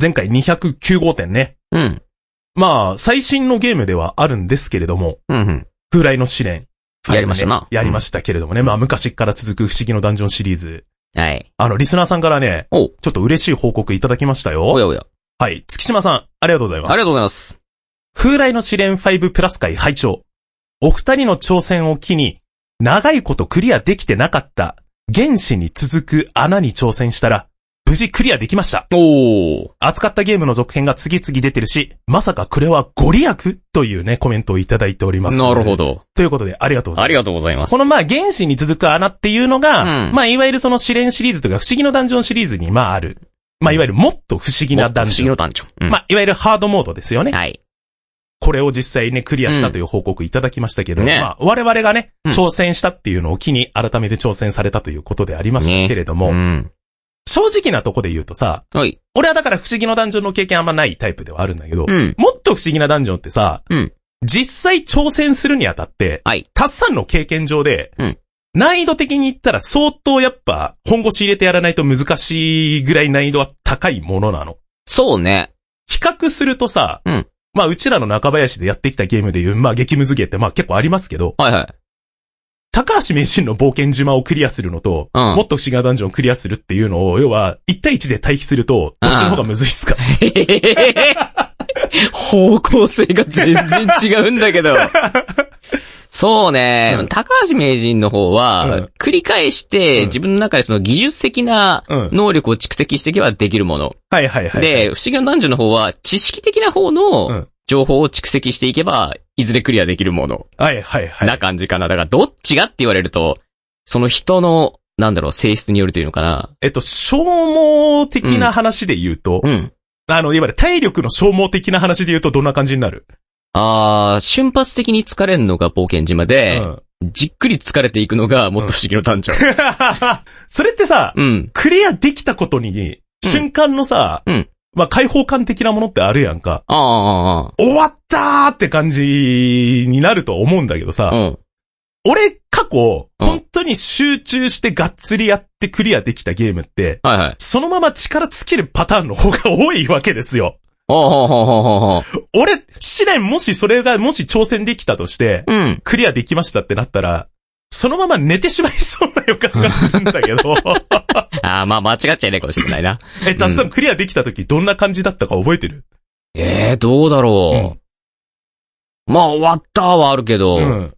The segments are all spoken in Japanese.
前回209号店ね。うん。まあ、最新のゲームではあるんですけれども、うんうん。風来の試練。やりましたなやりましたけれどもね。まあ、昔から続く不思議のダンジョンシリーズ。はい。あの、リスナーさんからね、おうちょっと嬉しい報告いただきましたおよ。やおや。はい。月島さん、ありがとうございあまりすが。とうございます。風来の試練5プラス会拝聴。お二人の挑戦を機に、長いことクリアできてなかった、原始に続く穴に挑戦したら、無事クリアできました。おー。扱ったゲームの続編が次々出てるし、まさかこれはご利益というね、コメントをいただいております。なるど。ほど。ということで、ありがとうございます。ありがとうございます。このまあ原始に続く穴っていうのが、うんまあいわゆるその試練シリーズとか不思議のダンジョンシリーズにまあある。まあいわゆるもっと不思議もなっとダ不ン思ジ議ョン。のダンジョン。うんまあいわゆるハードモードですよね。はい。これを実際ね、クリアしたという報告いただきましたけど、ねまあ、我々がね、うん挑戦したっていうのを機に改めて挑戦されたということでありましたけれども、うん。正直なとこで言うとさ、はい。俺はだから不思議のダンジョンの経験あんまないタイプではあるんだけど、うん。もっと不思議なダンジョンってさ、うん実際挑戦するにあたって、はい。たっさんの経験上で、うん難易度的に言ったら相当やっぱ本腰入れてやらないと難しいぐらい難易度は高いものなの。そうね。比較するとさ、うんまあ、うちらの中林でやってきたゲームでいう、まあ、激ムズゲーってまあ結構ありますけど、はいはい。 高橋名人の冒険島をクリアするのと、うんもっと不思議なダンジョンをクリアするっていうのを、要は、1対1で対比すると、どっちの方がむずいっ すか方向性が全然違うん だけど。そうね、うん高橋名人の方は、うん繰り返しうて、ん自分の中でその技術的なうん能力を蓄積していけばできるもの。はいはいはい。で、不思議の男女の方は、知識的な方うのん情報を蓄積していけば、いずれクリアできるもの。はいはいはい。な感じかな。だから、どっちがって言われると、その人の、なんだろう、性質によるというのかな。えっと、消耗的な話で言うと、うん。あの、いわゆる体力の消耗的な話で言うとどんな感じになる、あー、瞬発的に疲れるのが冒険島で、うん。 じっくり疲れていくのがもっと不思議の誕生。それってさ、うん。クリアできたことに、瞬間のさ、うんまあ、解放感的なものってあるやんか。ああ、あ終わったーって感じになると思うんだけどさ、あ、うん。俺過去、うん本当に集中してがっつりやってクリアできたゲームって、はいはい。そのまま力尽きるパターンの方が多いわけですよ。ほうほうほうほうほうほ俺、試練もしそれがもし挑戦できたとして、う。うん。クリアできましたってなったら、そのまま寝てしまいそうな予感がするんだけ ど、ああ、まあ間違っちゃいないかもしれないな。え、たっさんクリアできた時どんな感じだったか覚えてるええー、どうだろう。まあ終わったはあるけど、うん。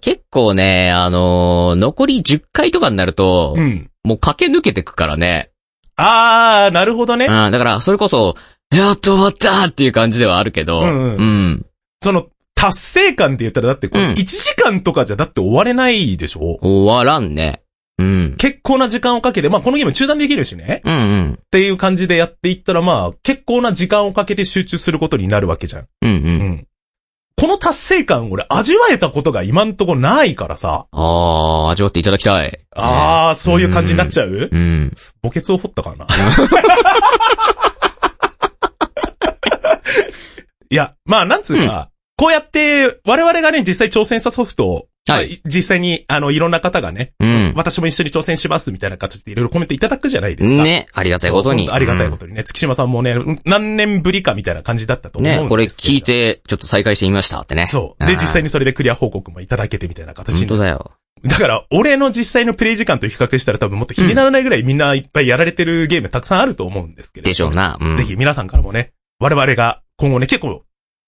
結構ね、あのー残り10回とかになると、うん。もう駆け抜けてくからね。あー、なるほどねうん、。だからそれこそ、やっと終わったっていう感じではあるけど、うんうんんその、達成感って言ったらだってこれ、うん1時間とかじゃだって終われないでしょ、終わらんね。うん。結構な時間をかけて、まあこのゲーム中断できるしね。うんうん。っていう感じでやっていったらまあ、結構な時間をかけて集中することになるわけじゃん。うんう。うんん。この達成感俺味わえたことが今んとこないからさ。ああ、味わっていただきたい。あー、そういう感じになっちゃう、あ。うん。墓穴を掘った かないや、まあなんつうか、こうやって我々がね、実際挑戦したソフトを、まあはい実際にあのいろんな方がね、うん。私も一緒に挑戦しますみたいな形でいろいろコメントいただくじゃないですか。ね、ありがたいことそう本に。当ありがたいことにね、月島さんもね、うん何年ぶりかみたいな感じだったとうん思うんですけど。ね、これ聞い。て、ちょっと再開してみましたってね。そう。で、あー実際にそれでクリア報告もいただけてみたいな形本に当だよ。だから、俺の実際のプレイ時間と比較したら多分もっと比にならないぐらいみんないっぱいやられてるゲームたくさんあると思うんですけれど。でしょうな。うん。ぜひ皆さんからもね、我々が今後ね、結構、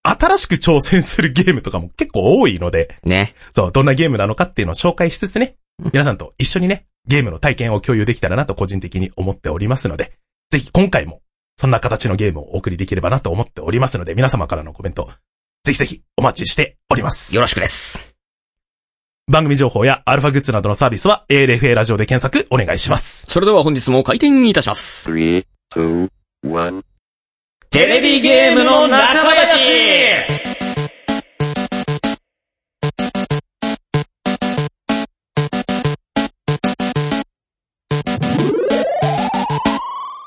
新しく挑戦するゲームとかも結構多いので、ね。そう、どんなゲームなのかっていうのを紹介しつつね、皆さんと一緒にね、ゲームの体験を共有できたらなと個人的に思っておりますので、ぜひ今回も、そんな形のゲームをお送りできればなと思っておりますので、皆様からのコメント、ぜひぜひお待ちしております。よろしくです。番組情報やアルファグッズなどのサービスは ALFA ラジオで検索お願いします。それでは本日も開店いたします。 Three, two, one. テレビゲームの中林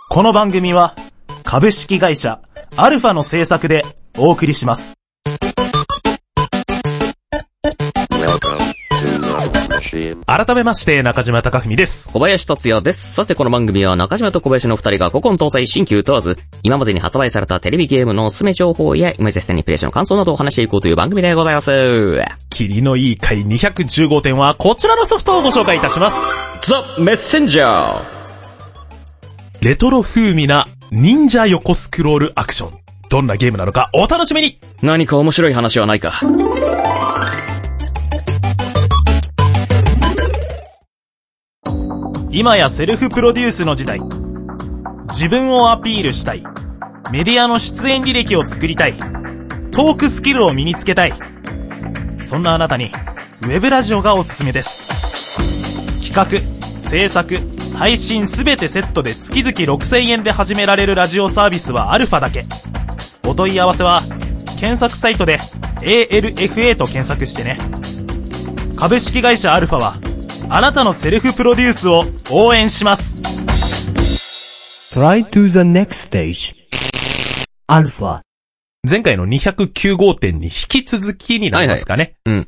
この番組は株式会社アルファの制作でお送りします。 Welcome to Nakabayashi. Shin. 改めまして、中島貴文です。小林達也です。さてこの番組は中島と小林の二人が古今東西新旧問わず、今までに発売されたテレビゲームのおすすめ情報やイメージステニプレイションの感想などを話していこうという番組でございます。霧のいい回215点はこちらのソフトをご紹介いたします。ザ・メッセンジャーレトロ風味な忍者横スクロールアクション。どんなゲームなのかお楽しみに何か面白い話はないか。今やセルフプロデュースの時代。自分をアピールしたい。メディアの出演履歴を作りたい。トークスキルを身につけたい。そんなあなたに、ウェブラジオがおすすめです。企画、制作、配信すべてセットで月々6000円で始められるラジオサービスはアルファだけ。お問い合わせは、検索サイトで ALFA と検索してね。株式会社アルファは、あなたのセルフプロデュースを応援します。 Try to the next stage. Alpha. 前回の209号店に引き続きになりますかね。はいはい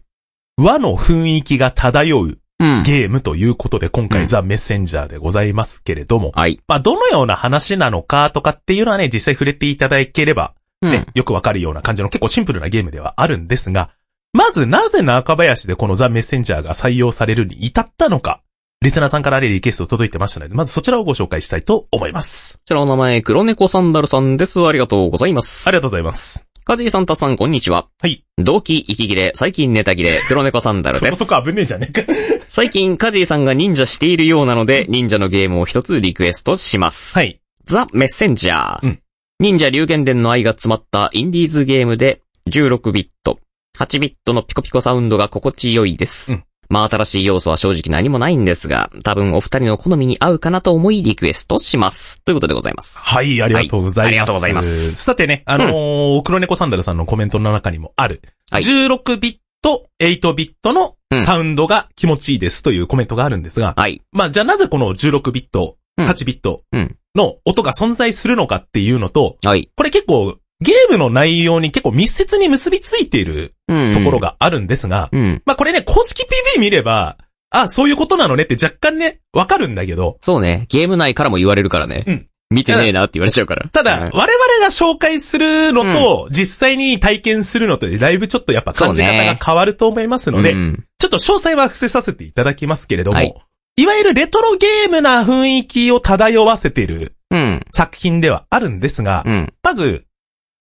和の雰囲気が漂ううん。ゲームということで、今うん回ザ・メッセンジャーでございますけれども、はい。まあ、どのような話なのかとかっていうのはね、実際触れていただければ、うん。ね、よくわかるような感じの結構シンプルなゲームではあるんですが、まずなぜ中林でこのザ・メッセンジャーが採用されるに至ったのか、リスナーさんからねリクエスト届いてましたので、まずそちらをご紹介したいと思いますこ。ちらお名前、黒猫サンダルさんです。ありがとうございます。ありがとうございます。カジーサンタさん、こんにちは。はい。同期、息切れ、最近ネタ切れ、黒猫サンダルそで こそす。こ危ねえじゃねえか。最近、カジーさんが忍者しているようなので、忍者のゲームを一つリクエストします。はい。ザ・メッセンジャー。うん忍者龍玄伝の愛が詰まったインディーズゲームで、16ビット、8ビットのピコピコサウンドが心地よいです。うんまあ新しい要素は正直何もないんですが、多分お二人の好みに合うかなと思いリクエストします。ということでございます。はい、ありがとうございます。はいありがとうございますさてね、あのー黒猫サンダルさんのコメントの中にもある、はい16ビット、8ビットのうんサウンドが気持ちいいですというコメントがあるんですが、はい。まあ、じゃあなぜこの16ビット、うん8ビットうんの音が存在するのかっていうのと、はい。これ結構、ゲームの内容に結構密接に結びついているうんところ。があるんですが、うん。まあこれね、公式 PV 見れば、あ、そういうことなのねって若干ね、わかるんだけど、そうね。ゲーム内からも言われるからね。うん見てねえなって言われちゃうから。たうんだ、我々が紹介するのと、実際に体験するのとで、だいぶちょっとやっぱ感じそう方ねが変わると思いますので、うんちょっと詳細は伏せさせていただきますけれども、はいい、わゆるレトロゲームな雰囲気を漂わせているうん。作品ではあるんですが、うん。まず、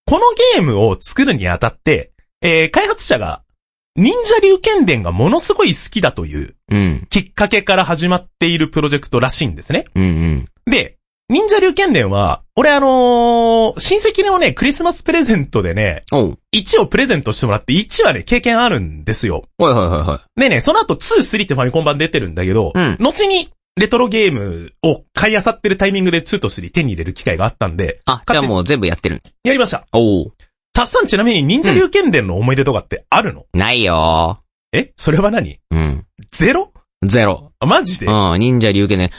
このゲームを作るにあたって、えー開発者が、忍者流剣伝がものすごい好きだといううん。きっかけから始まっているプロジェクトらしいんですね。うん。うん。で、忍者流剣伝は、俺あのー親戚のね、クリスマスプレゼントでね、おう。 1をプレゼントしてもらって、1はね、経験あるんですよ。はいはいはいはでね、その後2、3ってファミコン版出てるんだけど、うん後に、レトロゲームを買い漁ってるタイミングで2と3手に入れる機会があったんで、あ、じゃあもう全部やってる。やりました。おう。たっさんちなみに忍者流剣伝の思い出とかってあるの、ないよえそれは何ー。うん。ゼロゼロ。あマジで、うあん。忍者龍家ね。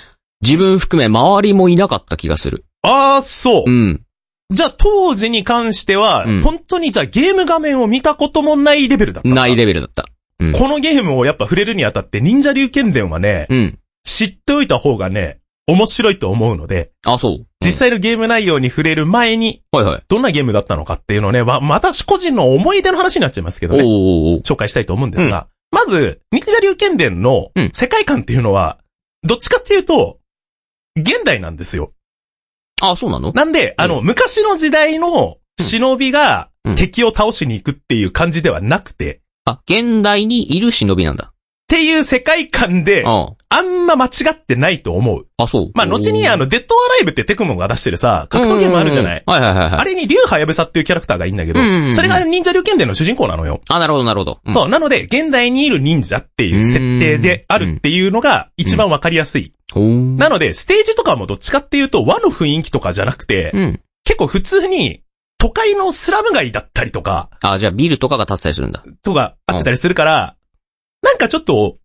自分含め周りもいなかった気がする。あー、そう。うん。じゃあ当時に関しては、うん本当にじゃあゲーム画面を見たこともないレベルだったのかないレベルだった。うんこのゲームをやっぱ触れるにあたって、忍者流剣伝はね、うん。知っておいた方がね、面白いと思うので、あ、そう。実際のゲーム内容に触れる前に、はいはい。どんなゲームだったのかっていうのをね、ま、私個人の思い出の話になっちゃいますけおどうね、おうおう。紹介したいと思うんですが、まず、忍者流剣伝のうん世界観っていうのは、どっちかっていうと、現代なんですよ。あ、そうなのなんで、あの、昔の時代の忍びがうん敵を倒しに行くっていう感じではなくて、っあ、現代にいる忍びなんだ。ていう世界観で、ああ。あんま間違ってないと思う。あ、そう。まあ、後にあの、デッドアライブってテクモンが出してるさ、格闘ゲームあるじゃない。うんうんうんはいはいはいはい。あれに竜ハヤブサっていうキャラクターがいいんだけどうんうんうん、それが忍者竜剣伝の主人公なのよ。あ、なるほどなるほど。うんそう、なので、現代にいる忍者っていう設定であるっていうのが一番わかりやすい。ほう。なので、ステージとかもどっちかっていうと和の雰囲気とかじゃなくてう、ん。結構普通に都会のスラム街だったりとか、あ、じゃあビルとかが建ってたりするんだ。とかあってたりするから、なんかちょっと、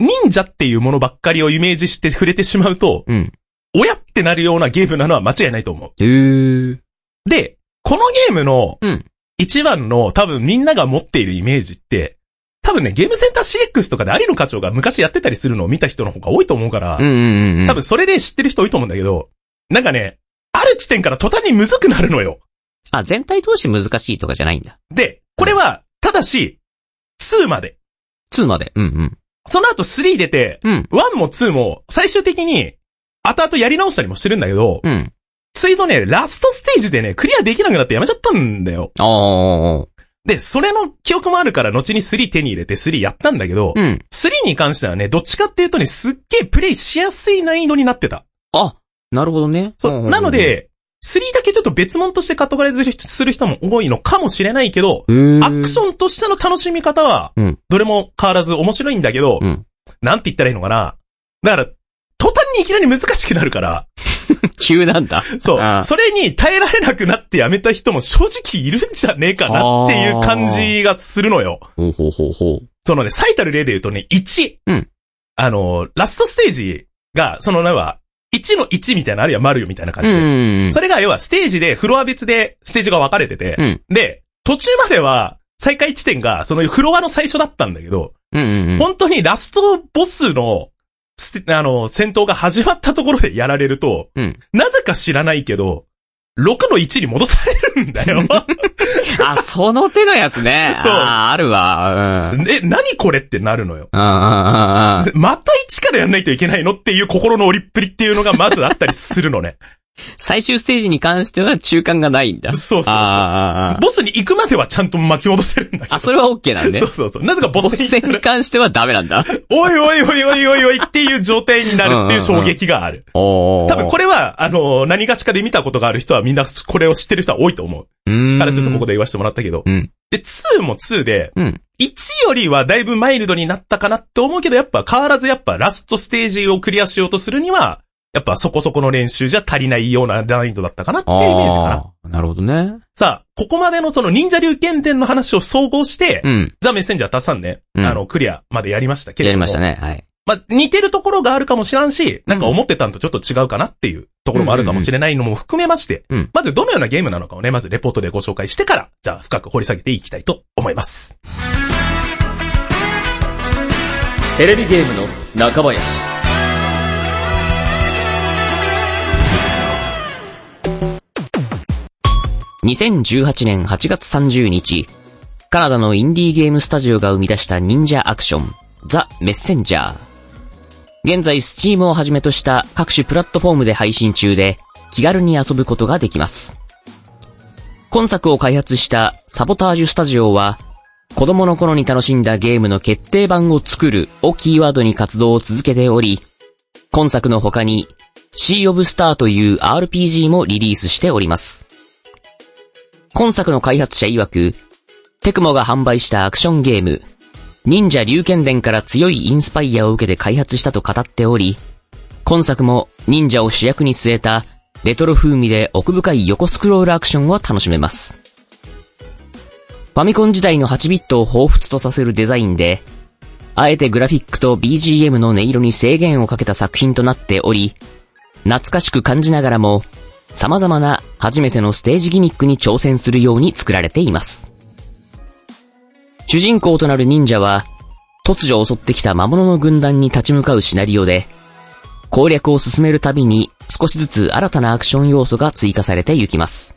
忍者っていうものばっかりをイメージして触れてしまうと、うん。親ってなるようなゲームなのは間違いないと思う。へー。で、このゲームのうん、一番の、多分みんなが持っているイメージって、多分ね、ゲームセンター CX とかで有野課長が昔やってたりするのを見た人の方が多いと思うからうん、うんうん。多分それで知ってる人多いと思うんだけど、なんかね、ある地点から途端にむずくなるのよ。あ、全体通して難しいとかじゃないんだ。で、これは、ただし、2まで。 2まで。うんその後3出て、うん。うん。 1も2も最終的に、後々やり直したりもしてるんだけど、うん。ついとね、ラストステージでね、クリアできなくなってやめちゃったんだよ。ああ。で、それの記憶もあるから、後に3手に入れて3やったんだけど、うん。 3に関してはね、どっちかっていうとね、すっげえプレイしやすい難易度になってた。あ、なるほどね。そんんう。んなの、で、3だけちょっと別物としてカテゴライズする人も多いのかもしれないけど、アクシンョンとしての楽しみ方はうん、どれも変わらず面白いんだけど、うんなんて言ったらいいのかな。だから、途端にいきなり難しくなるから、急なんだ。そあう。あそれに耐えられなくなってやめた人も正直いるんじゃねえかなっていう感じがするのよ。ほうほうほうほう。そのね、最たる例で言うとね、1。うんあの、ラストステージが、その、なんか、1の1みたいな、あるいはマルよみたいな感うじで。ん。それが要はステージで、フロア別でステージが分かれてて、うんで、途中までは、再開地点が、そのフロアの最初だったんだけど、うんうんうん。本当にラストボスの、ステあの、戦闘が始まったところでやられると、うんなぜか知らないけど、6の1に戻されるんだ よ。あ、その手のやつね。 そうあー、あるわ。うん。え、何これってなるのよ。ああ、でまた一からやんないといけないのっていう心の折りっぷりっていうのがまずあったりするのね。最終ステージに関しては中間がないんだ。そうそうそう あーあーあーボスに行くまではちゃんと巻き戻せるんだけど。あ、それは OK なんでそ。うそうそう。なぜかボボススに行っ戦たらに関してはダメなんだ。おいおいおいおいおいおいっていう状態になるっていう衝撃がある。おー多分これは、あの、何がしかで見たことがある人はみんなこれを知ってる人は多いと思う。うーん。からちょっとここでで。言わせてもらったけど。うんで、2も2で、うん。 1よりはだいぶマイルドになったかなって思うけど、やっぱ変わらずやっぱラストステージをクリアしようとするには、やっぱそこそこの練習じゃ足りないような難易度だったかなっていうイメージかな。ああ、なるほどね。さあ、ここまでのその忍者流剣伝の話を総合して、うん。ザ・メッセンジャーたさんね、うんあの、クリアまでやりましたけれやどりも。ましたね。はい。まあ、似てるところがあるかもしらんし、なんか思ってたんとちょっと違うかなっていうところもあるかもしれないのも含めまして、うんまずどのようなゲームなのかをね、まずレポートでご紹介してから、じゃあ深く掘り下げていきたいと思います。テレビゲームの中林。2018年8月30日、カナダのインディーゲームスタジオが生み出した忍者アクション、ザ・メッセンジャー。現在、Steam をはじめとした各種プラットフォームで配信中で、気軽に遊ぶことができます。今作を開発したサボタージュスタジオは、子供の頃に楽しんだゲームの決定版を作るをキーワードに活動を続けており、今作の他に、Sea of Star という RPG もリリースしております。今作の開発者曰く、テクモが販売したアクションゲーム、忍者龍剣伝から強いインスパイアを受けて開発したと語っており、今作も忍者を主役に据えたレトロ風味で奥深い横スクロールアクションを楽しめます。ファミコン時代の8ビットを彷彿とさせるデザインで、あえてグラフィックと BGM の音色に制限をかけた作品となっており、懐かしく感じながらも、様々な初めてのステージギミックに挑戦するように作られています。主人公となる忍者は、突如襲ってきた魔物の軍団に立ち向かうシナリオで、攻略を進めるたびに少しずつ新たなアクション要素が追加されていきます。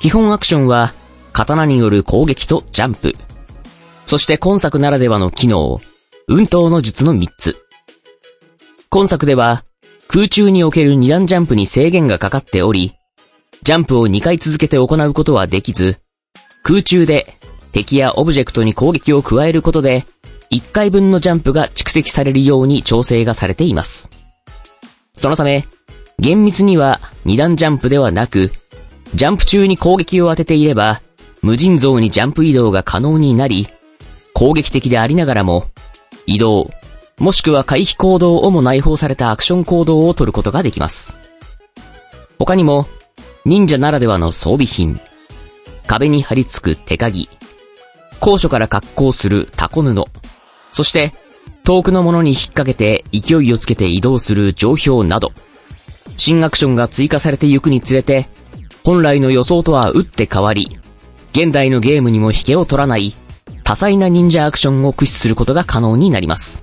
基本アクションは、刀による攻撃とジャンプ。そして今作ならではの機能、運動の術の3つ。今作では、空中における2段ジャンプに制限がかかっており、ジャンプを2回続けて行うことはできず、空中で敵やオブジェクトに攻撃を加えることで、1回分のジャンプが蓄積されるように調整がされています。そのため、厳密には2段ジャンプではなく、ジャンプ中に攻撃を当てていれば、無尽蔵にジャンプ移動が可能になり、攻撃的でありながらも、移動、もしくは回避行動をも内包されたアクション行動を取ることができます。他にも、忍者ならではの装備品、壁に張り付く手鍵、高所から格好するタコ布、そして、遠くのものに引っ掛けて勢いをつけて移動する上標など、新アクションが追加されていくにつれて、本来の予想とは打って変わり、現代のゲームにも引けを取らない、多彩な忍者アクションを駆使することが可能になります。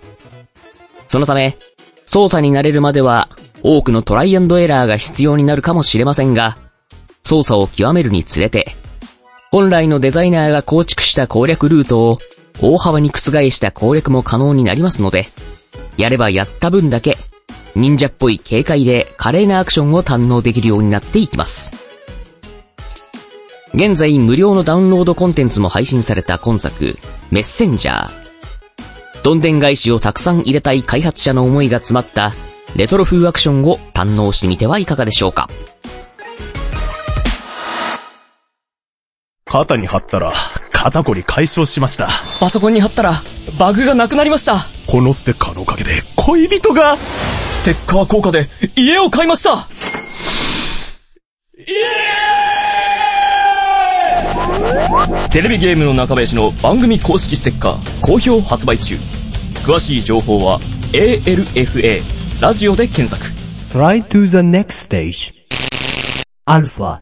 そのため、操作に慣れるまでは多くのトライアンドエラーが必要になるかもしれませんが、操作を極めるにつれて、本来のデザイナーが構築した攻略ルートを大幅に覆した攻略も可能になりますので、やればやった分だけ、忍者っぽい軽快で華麗なアクションを堪能できるようになっていきます。現在無料のダウンロードコンテンツも配信された今作、メッセンジャー。どんでん返しをたくさん入れたい開発者の思いが詰まった、レトロ風アクションを堪能してみてはいかがでしょうか。肩に貼ったら、肩こり解消しました。パソコンに貼ったら、バグがなくなりました。このステッカーのおかげで、恋人が、ステッカー効果で、家を買いましたテレビゲームの中林の番組公式ステッカー、好評発売中。詳しい情報は、ALFA、ラジオで検索。 Try to the next stage. Alpha.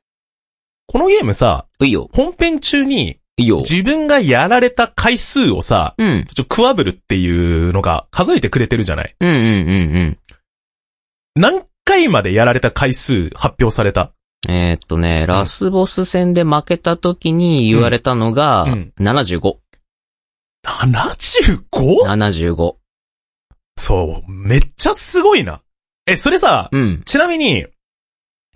このゲームさ、ういよ、本編中に、ういよ。自分がやられた回数をさ、うん。ちょ、クワブルっていうのが数えてくれてるじゃないうんうんうん何回までやられた回数発表されたうん。えーっとね、ラスボス戦で負けた時に言われたのが、うん75。 ?75? 75。そう、めっちゃすごいな。え、それさ、うん。ちなみに、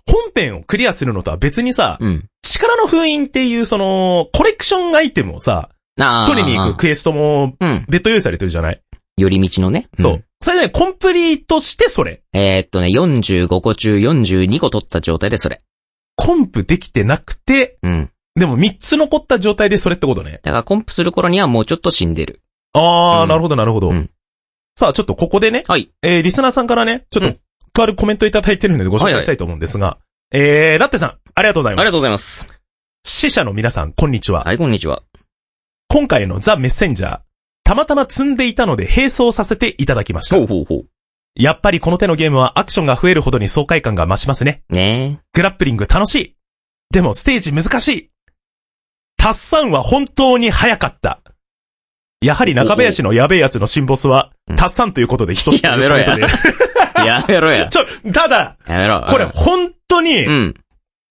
本編をクリアするのとは別にさ、うん。力の封印っていうその、コレクションアイテムをさ、あー取りに行く。クエストもうん。別途用意されてるじゃない寄り道のね。んそう。。それね、コンプリートしてそれ。えーっとね、45個中42個取った状態でそれ。コンプできてなくて、うん。でも3つ残った状態でそれってことね。だからコンプする頃にはもうちょっと死んでる。あー、うんなるほどなるほど。うんさあ、ちょっとここでね、はい。えー、リスナーさんからね、ちょうっと、とあるコメントいただいてるのでご紹介したいと思うんですが、えー、ラッテさん、ありがとうござあいりまがす。とうございます。死者の皆さん、こんにちは。はい、こんにちは。今回のザ・メッセンジャー、たまたま積んでいたので並走させていただきました。ほうほやっぱりこの手のゲームはアクションが増えるほどに爽快感が増しますね。う。ねグラップリング楽しい。でもステージ難しい。タッサンは本当に早かった。やはり中林のやべえやつの新ボスはうん、タッサンということで一つとやいめうころとやで。え。やめろ や。ちょ、ただ、やめろ。これ本当にう、ん。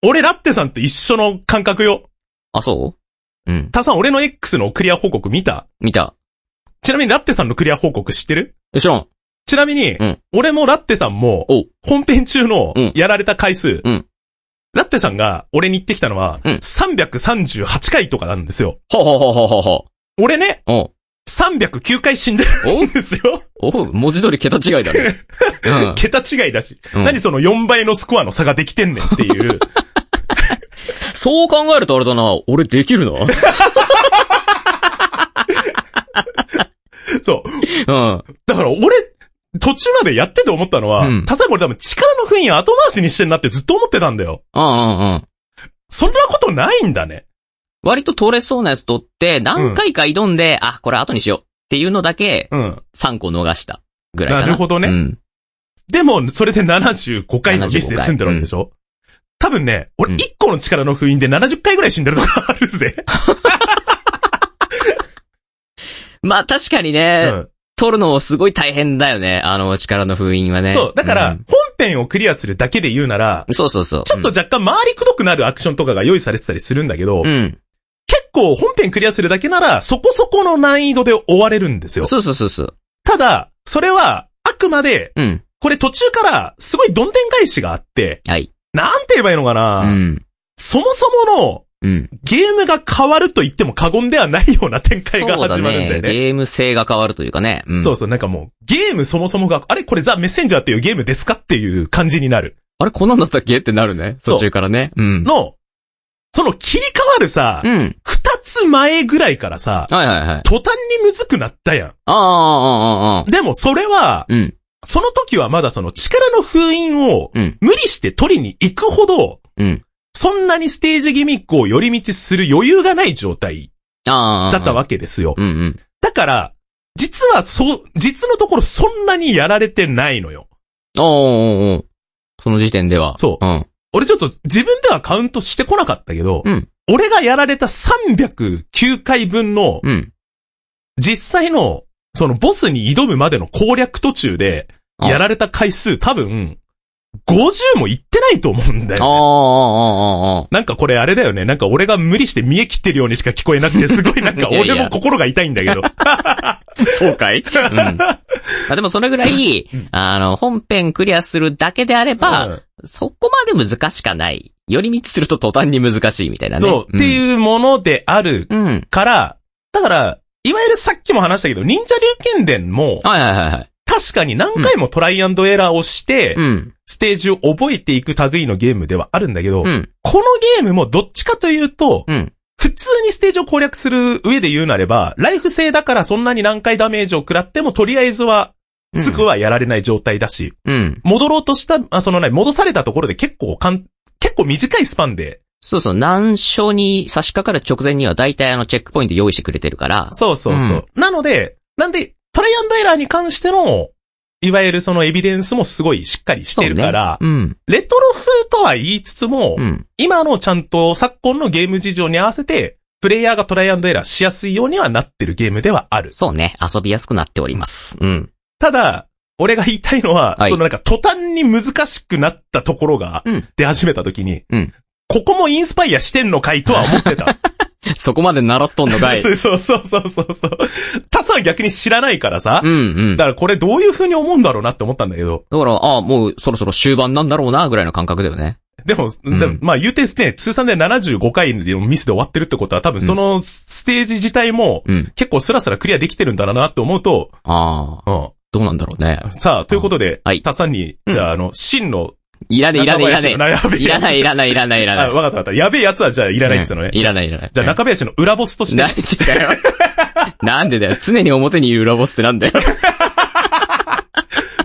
俺ラッテさんと一緒の感覚よ。あ、そううん。タッサン俺の X のクリア報告見た見た。ちなみにラッテさんのクリア報告知ってるよしろん。ちなみに、うん俺もラッテさんもおう、本編中のうんやられた回数、うんラッテさんが俺に言ってきたのは、うん338回とかなんですよ。ほうほうほうほうほうほ俺ね、う。おう。 309回死んでるおうんですよ。おう文字通り桁違いだ ね。桁違いだし、うん何その4倍のスコアの差ができてんねんって いう。そう考えるとあれだな。俺で きるな。そう。うん。だから俺、途中までやってて思ったのは、うんたさこれ多分力の封印後回しにしてんなってずっと思ってたんだよ。うんうんうん。そんなことないんだね。割と取れそうなやつ取って、何回か挑んで、あ、これ後にしよう。っていうのだけ、うん。 3個逃した。ぐらいかな。なるほどねうん。でも、それで75回のミスで済んでるわけでしょ、多分ね、俺うん1個の力の封印で70回ぐらい死んでるとかあるぜ。まあ確かにうね、ん、取るのすごい大変だよね。あの、力の封印はね。そう。だから、ん本編をクリアするだけで言うなら、そうそうそう。ちょっと若干回りくどくなるアクションとかが用意されてたりするんだけど、うん、うん。結構本編クリアするだけなら、そこそこの難易度で終われるんですよ。そうそうそうそう。ただ、それは、あくまで、うん。これ途中から、すごいどんでん返しがあって、はい。なんて言えばいいのかな、うん。そもそもの、うん。ゲームが変わると言っても過言ではないような展開がそうだ始まるんだね。よね。ゲーム性が変わるというかね。うん。そうそう、なんかもう、ゲームそもそもが、あれこれザ・メッセンジャーっていうゲームですかっていう感じになる。あれ、こんなんだったっけってなるね。そう途中からね。うん。の、その切り替わるさう、ん。二、つ前ぐらいからさ、はいはいはい。途端にむずくなったやああ、ああ、ああ。ん。でもそれは、うん。その時はまだその力の封印をうん、無理して取りに行くほど、うん。そんなにステージギミックを寄り道する余裕がない状態ああ。だったわけですよう。んうん。だから、実はそう、実のところそんなにやられてないのよ。おーおーおーその時点では。。そう うん。俺ちょっと自分ではカウントしてこなかったけど、うん俺がやられた309回分のうん。実際の、そのボスに挑むまでの攻略途中で、あやられた回数多分、50もいってないと思うんだあよ、ね。あ、ああ、ああ。なんかこれあれだよね。なんか俺が無理して見え切ってるようにしか聞こえなく て、すごいなんかいやいや俺も心が痛いんだけど。 そうかいうん。まあでもそれぐらい、あの、本編クリアするだけであれば、うんそこまで難しかない。寄り道すると途端に難しいみたいなね。そう、ってう。いうものであるうん。はいから、だから、いわゆるさっきも話したけど、忍者竜剣伝も、はいはいはい。確かに何回もトライアンドエラーをしてう、ん。ステージを覚えていく類のゲームではあるんだけど、うん。このゲームもどっちかというと、うん。普通にステージを攻略する上で言うなれば、ライフ制だからそんなに何回ダメージを食らっても、とりあえずは、うんすぐはやられない状態だし、うん。戻ろうとした、あそのね、戻されたところで結構かん、結構短いスパンで、そうそう、難所に差し掛かる直前には大体あのチェックポイント用意してくれてるから。そうそうそう。なので、なんで、トライアンドエラーに関しての、いわゆるそのエビデンスもすごいしっかりしてるから、そうねレトロ風とは言いつつも、うん。うん。今のちゃんと昨今のゲーム事情に合わせて、プレイヤーがトライアンドエラーしやすいようにはなってるゲームではある。そうね。遊びやすくなっております。うん。ただ、俺が言いたいのは、はいそのなんか途端に難しくなったところがうん出始めた時に、うんここもインスパイアしてんのかいとは思って た。そこまで習っとん のかい。うそうそうそうそうそうそう。他さは逆に知らないからさ、んうん。だだからこれどういう風に思うんだろうなって思ったんだけど、から、ああ、もうそろそろ終盤なんだろうな、ぐらいの感覚だよね。でも、んでもまあ言うてね、通算で75回のミスで終わってるってことは多分そのステージ自体もうん。結構スラスラクリアできてるんだなって思うと、ああ、うん。どうなんだろうね。さあ、ということで、はいたさんに、じゃあ、あの、真の、いらねえ、いらねえ、いらねえ。中林のいらない、いらない、いらない、いらあ、ない。わかったわかった。やべえやつは、じゃあ、いらないって言ったのね。いらない、いらない。じゃあ、中林の裏ボスとして、なんでだよ。 なんでだよ。常に表にいる裏ボスってなんだよ。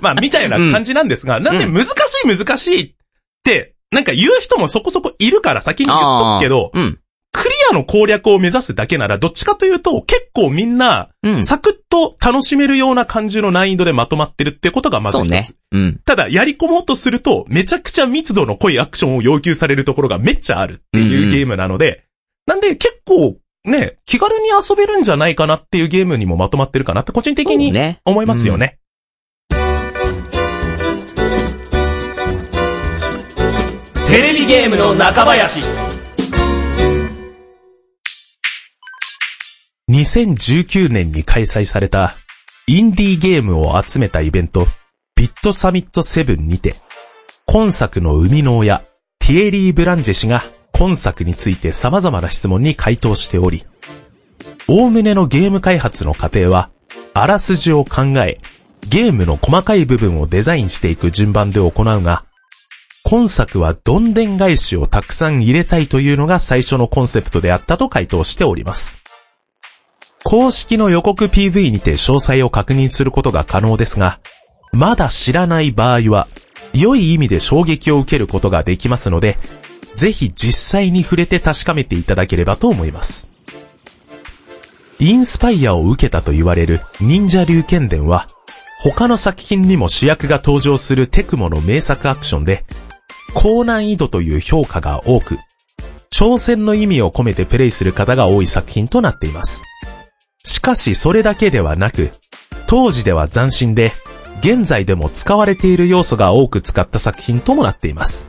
まあ、みたいな感じなんですが、なんで難しい難しいって、なんか言う人もそこそこいるから先に言っとくけど、うん。クリアの攻略を目指すだけなら、どっちかというと、結構みんな、うん。サクッと楽しめるような感じの難易度でまとまってるってことがまずそ一うつ。ね。うん。ただ、やり込もうとすると、めちゃくちゃ密度の濃いアクションを要求されるところがめっちゃあるってうんういんうゲームなので、なんで結構、ね、気軽に遊べるんじゃないかなっていうゲームにもまとまってるかなって個人的そうにね。思いますよね。テレビゲームの中林。 2019年に開催された、インディーゲームを集めたイベント、ビットサミット7にて、今作の生みの親、ティエリー・ブランジェ氏が、今作について様々な質問に回答しており、おおむねのゲーム開発の過程は、あらすじを考え、ゲームの細かい部分をデザインしていく順番で行うが、今作はどんでん返しをたくさん入れたいというのが最初のコンセプトであったと回答しております。公式の予告 PV にて詳細を確認することが可能ですが、まだ知らない場合は、良い意味で衝撃を受けることができますので、ぜひ実際に触れて確かめていただければと思います。インスパイアを受けたと言われる忍者竜剣伝は、他の作品にも主役が登場するテクモの名作アクションで、高難易度という評価が多く、挑戦の意味を込めてプレイする方が多い作品となっています。しかしそれだけではなく、当時では斬新で、現在でも使われている要素が多く使った作品ともなっています。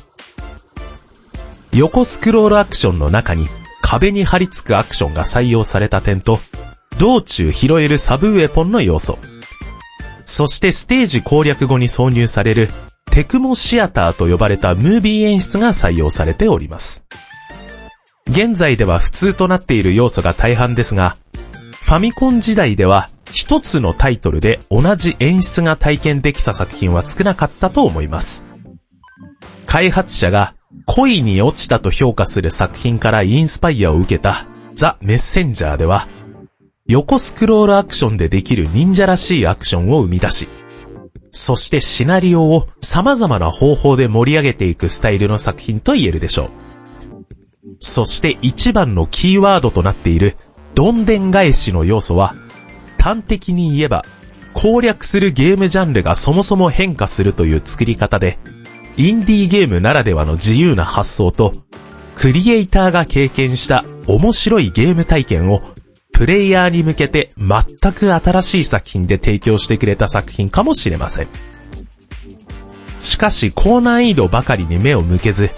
横スクロールアクションの中に壁に張り付くアクションが採用された点と、道中拾えるサブウェポンの要素。そしてステージ攻略後に挿入されるテクモシアターと呼ばれたムービー演出が採用されております。現在では普通となっている要素が大半ですが、ファミコン時代では一つのタイトルで同じ演出が体験できた作品は少なかったと思います。開発者が恋に落ちたと評価する作品からインスパイアを受けたザ・メッセンジャーでは横スクロールアクションでできる忍者らしいアクションを生み出し、そしてシナリオを様々な方法で盛り上げていくスタイルの作品と言えるでしょう。そして一番のキーワードとなっている、どんでん返しの要素は、端的に言えば、攻略するゲームジャンルがそもそも変化するという作り方で、インディーゲームならではの自由な発想と、クリエイターが経験した面白いゲーム体験を、ププレイヤーに向けて全く新しい作品で提供してくれた作品かもしれません。しかし高難易度ばかりに目を向けず、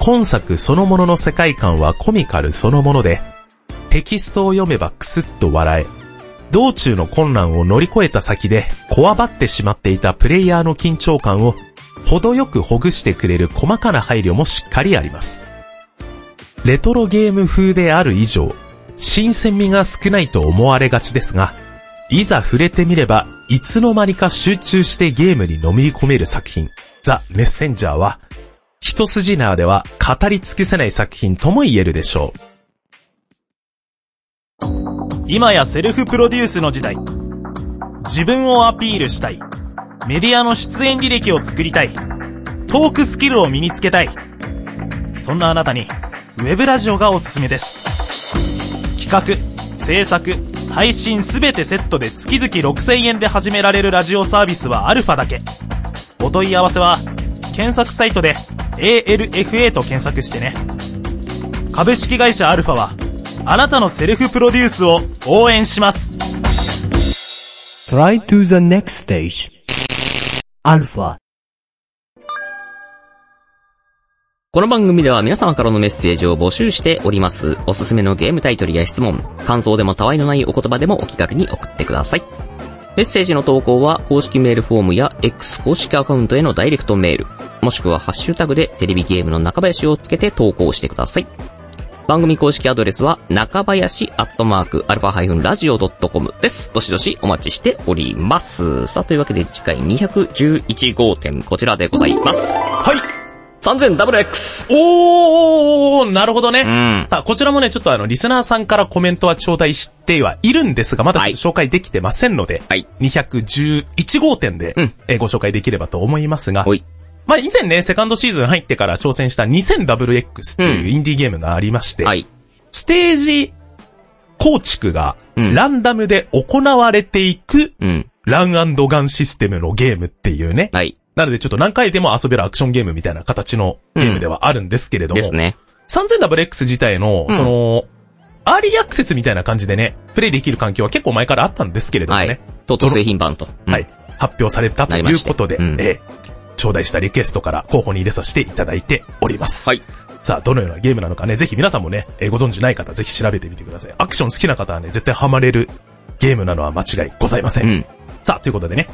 今作そのものの世界観はコミカルそのもので、テキストを読めばクスッと笑え、道中の困難を乗り越えた先で、こわばってしまっていたプレイヤーの緊張感を、程よくほぐしてくれる細かな配慮もしっかりあります。レトロゲーム風である以上、新鮮味が少ないと思われがちですが、いざ触れてみれば、いつの間にか集中してゲームに飲み込める作品、ザ・メッセンジャーは、一筋縄では語り尽くせない作品とも言えるでしょう。今やセルフプロデュースの時代。自分をアピールしたい。メディアの出演履歴を作りたい。トークスキルを身につけたい。そんなあなたに、ウェブラジオがおすすめです。企画、制作、配信すべてセットで月々6000円で始められるラジオサービスはアルファだけ。お問い合わせは、検索サイトで ALFA と検索してね。株式会社アルファは、あなたのセルフプロデュースを応援します。 Try to the next stage. Alpha. この番組では皆様からのメッセージを募集しております。おすすめのゲームタイトルや質問、感想でもたわいのないお言葉でもお気軽に送ってください。メッセージの投稿は公式メールフォームや X 公式アカウントへのダイレクトメール、もしくはハッシュタグでテレビゲームの中林をつけて投稿してください。番組公式アドレスは中林アットマークアルファラジオ .com です。どしどしお待ちしております。さあ、というわけで次回211号店こちらでございます。はい。 3000WX! おー、なるほどね。うん。さあ、こちらもね、ちょっとあの、リスナーさんからコメントは頂戴してはいるんですが、まだちょっと紹介できてませんので、はい211号店で、うんえーご紹介できればと思いますが、ほい。まあ以前ね、セカンドシーズン入ってから挑戦した 2000WX っていうインディーゲームがありまして、はい。ステージ構築がうんランダムで行われていくうん。ランガンシステムのゲームっていうね。はい。なのでちょっと何回でも遊べるアクションゲームみたいな形のゲームではあるんですけれども、ですね。 3000WX 自体の、うんその、アーリーアクセスみたいな感じでね、プレイできる環境は結構前からあったんですけれどもはね、い。とうとう製品版と。うんはい。。発表されたということで、なりましてうんええ頂戴したリクエストから候補に入れさせていただいております。はい。さあ、どのようなゲームなのかね、ぜひ皆さんもね、えーご存知ない方、ぜひ調べてみてください。アクション好きな方はね、絶対ハマれるゲームなのは間違いございませ。うんん。さあ、ということでね、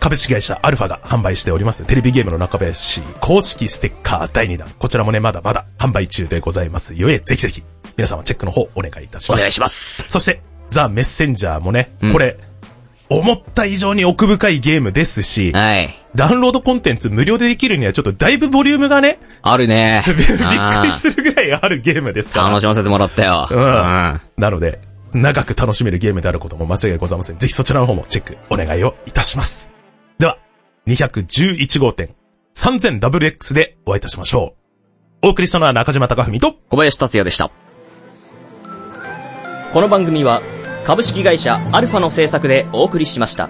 株式会社アルファが販売しております、テレビゲームの中林公式ステッカー第2弾。こちらもね、まだまだ販売中でございます。ゆえ、ぜひぜひ、皆様チェックの方お願いいたしおます。願いします。そして、ザ・メッセンジャーもね、うんこれ、思った以上に奥深いゲームですし、はい。ダウンロードコンテンツ無料でできるにはちょっとだいぶボリュームがね、あるね。びっくありーするぐらいあるゲームですから楽。しませてもらったよ。うんなので、長く楽しめるゲームであることも間違いございません。ぜひそちらの方もチェックお願いをいたします。では、211号店 3000WX でお会いいたしましょう。お送りしたのは中島貴文と、小林達也でした。この番組は株式会社アルファの制作でお送りしました。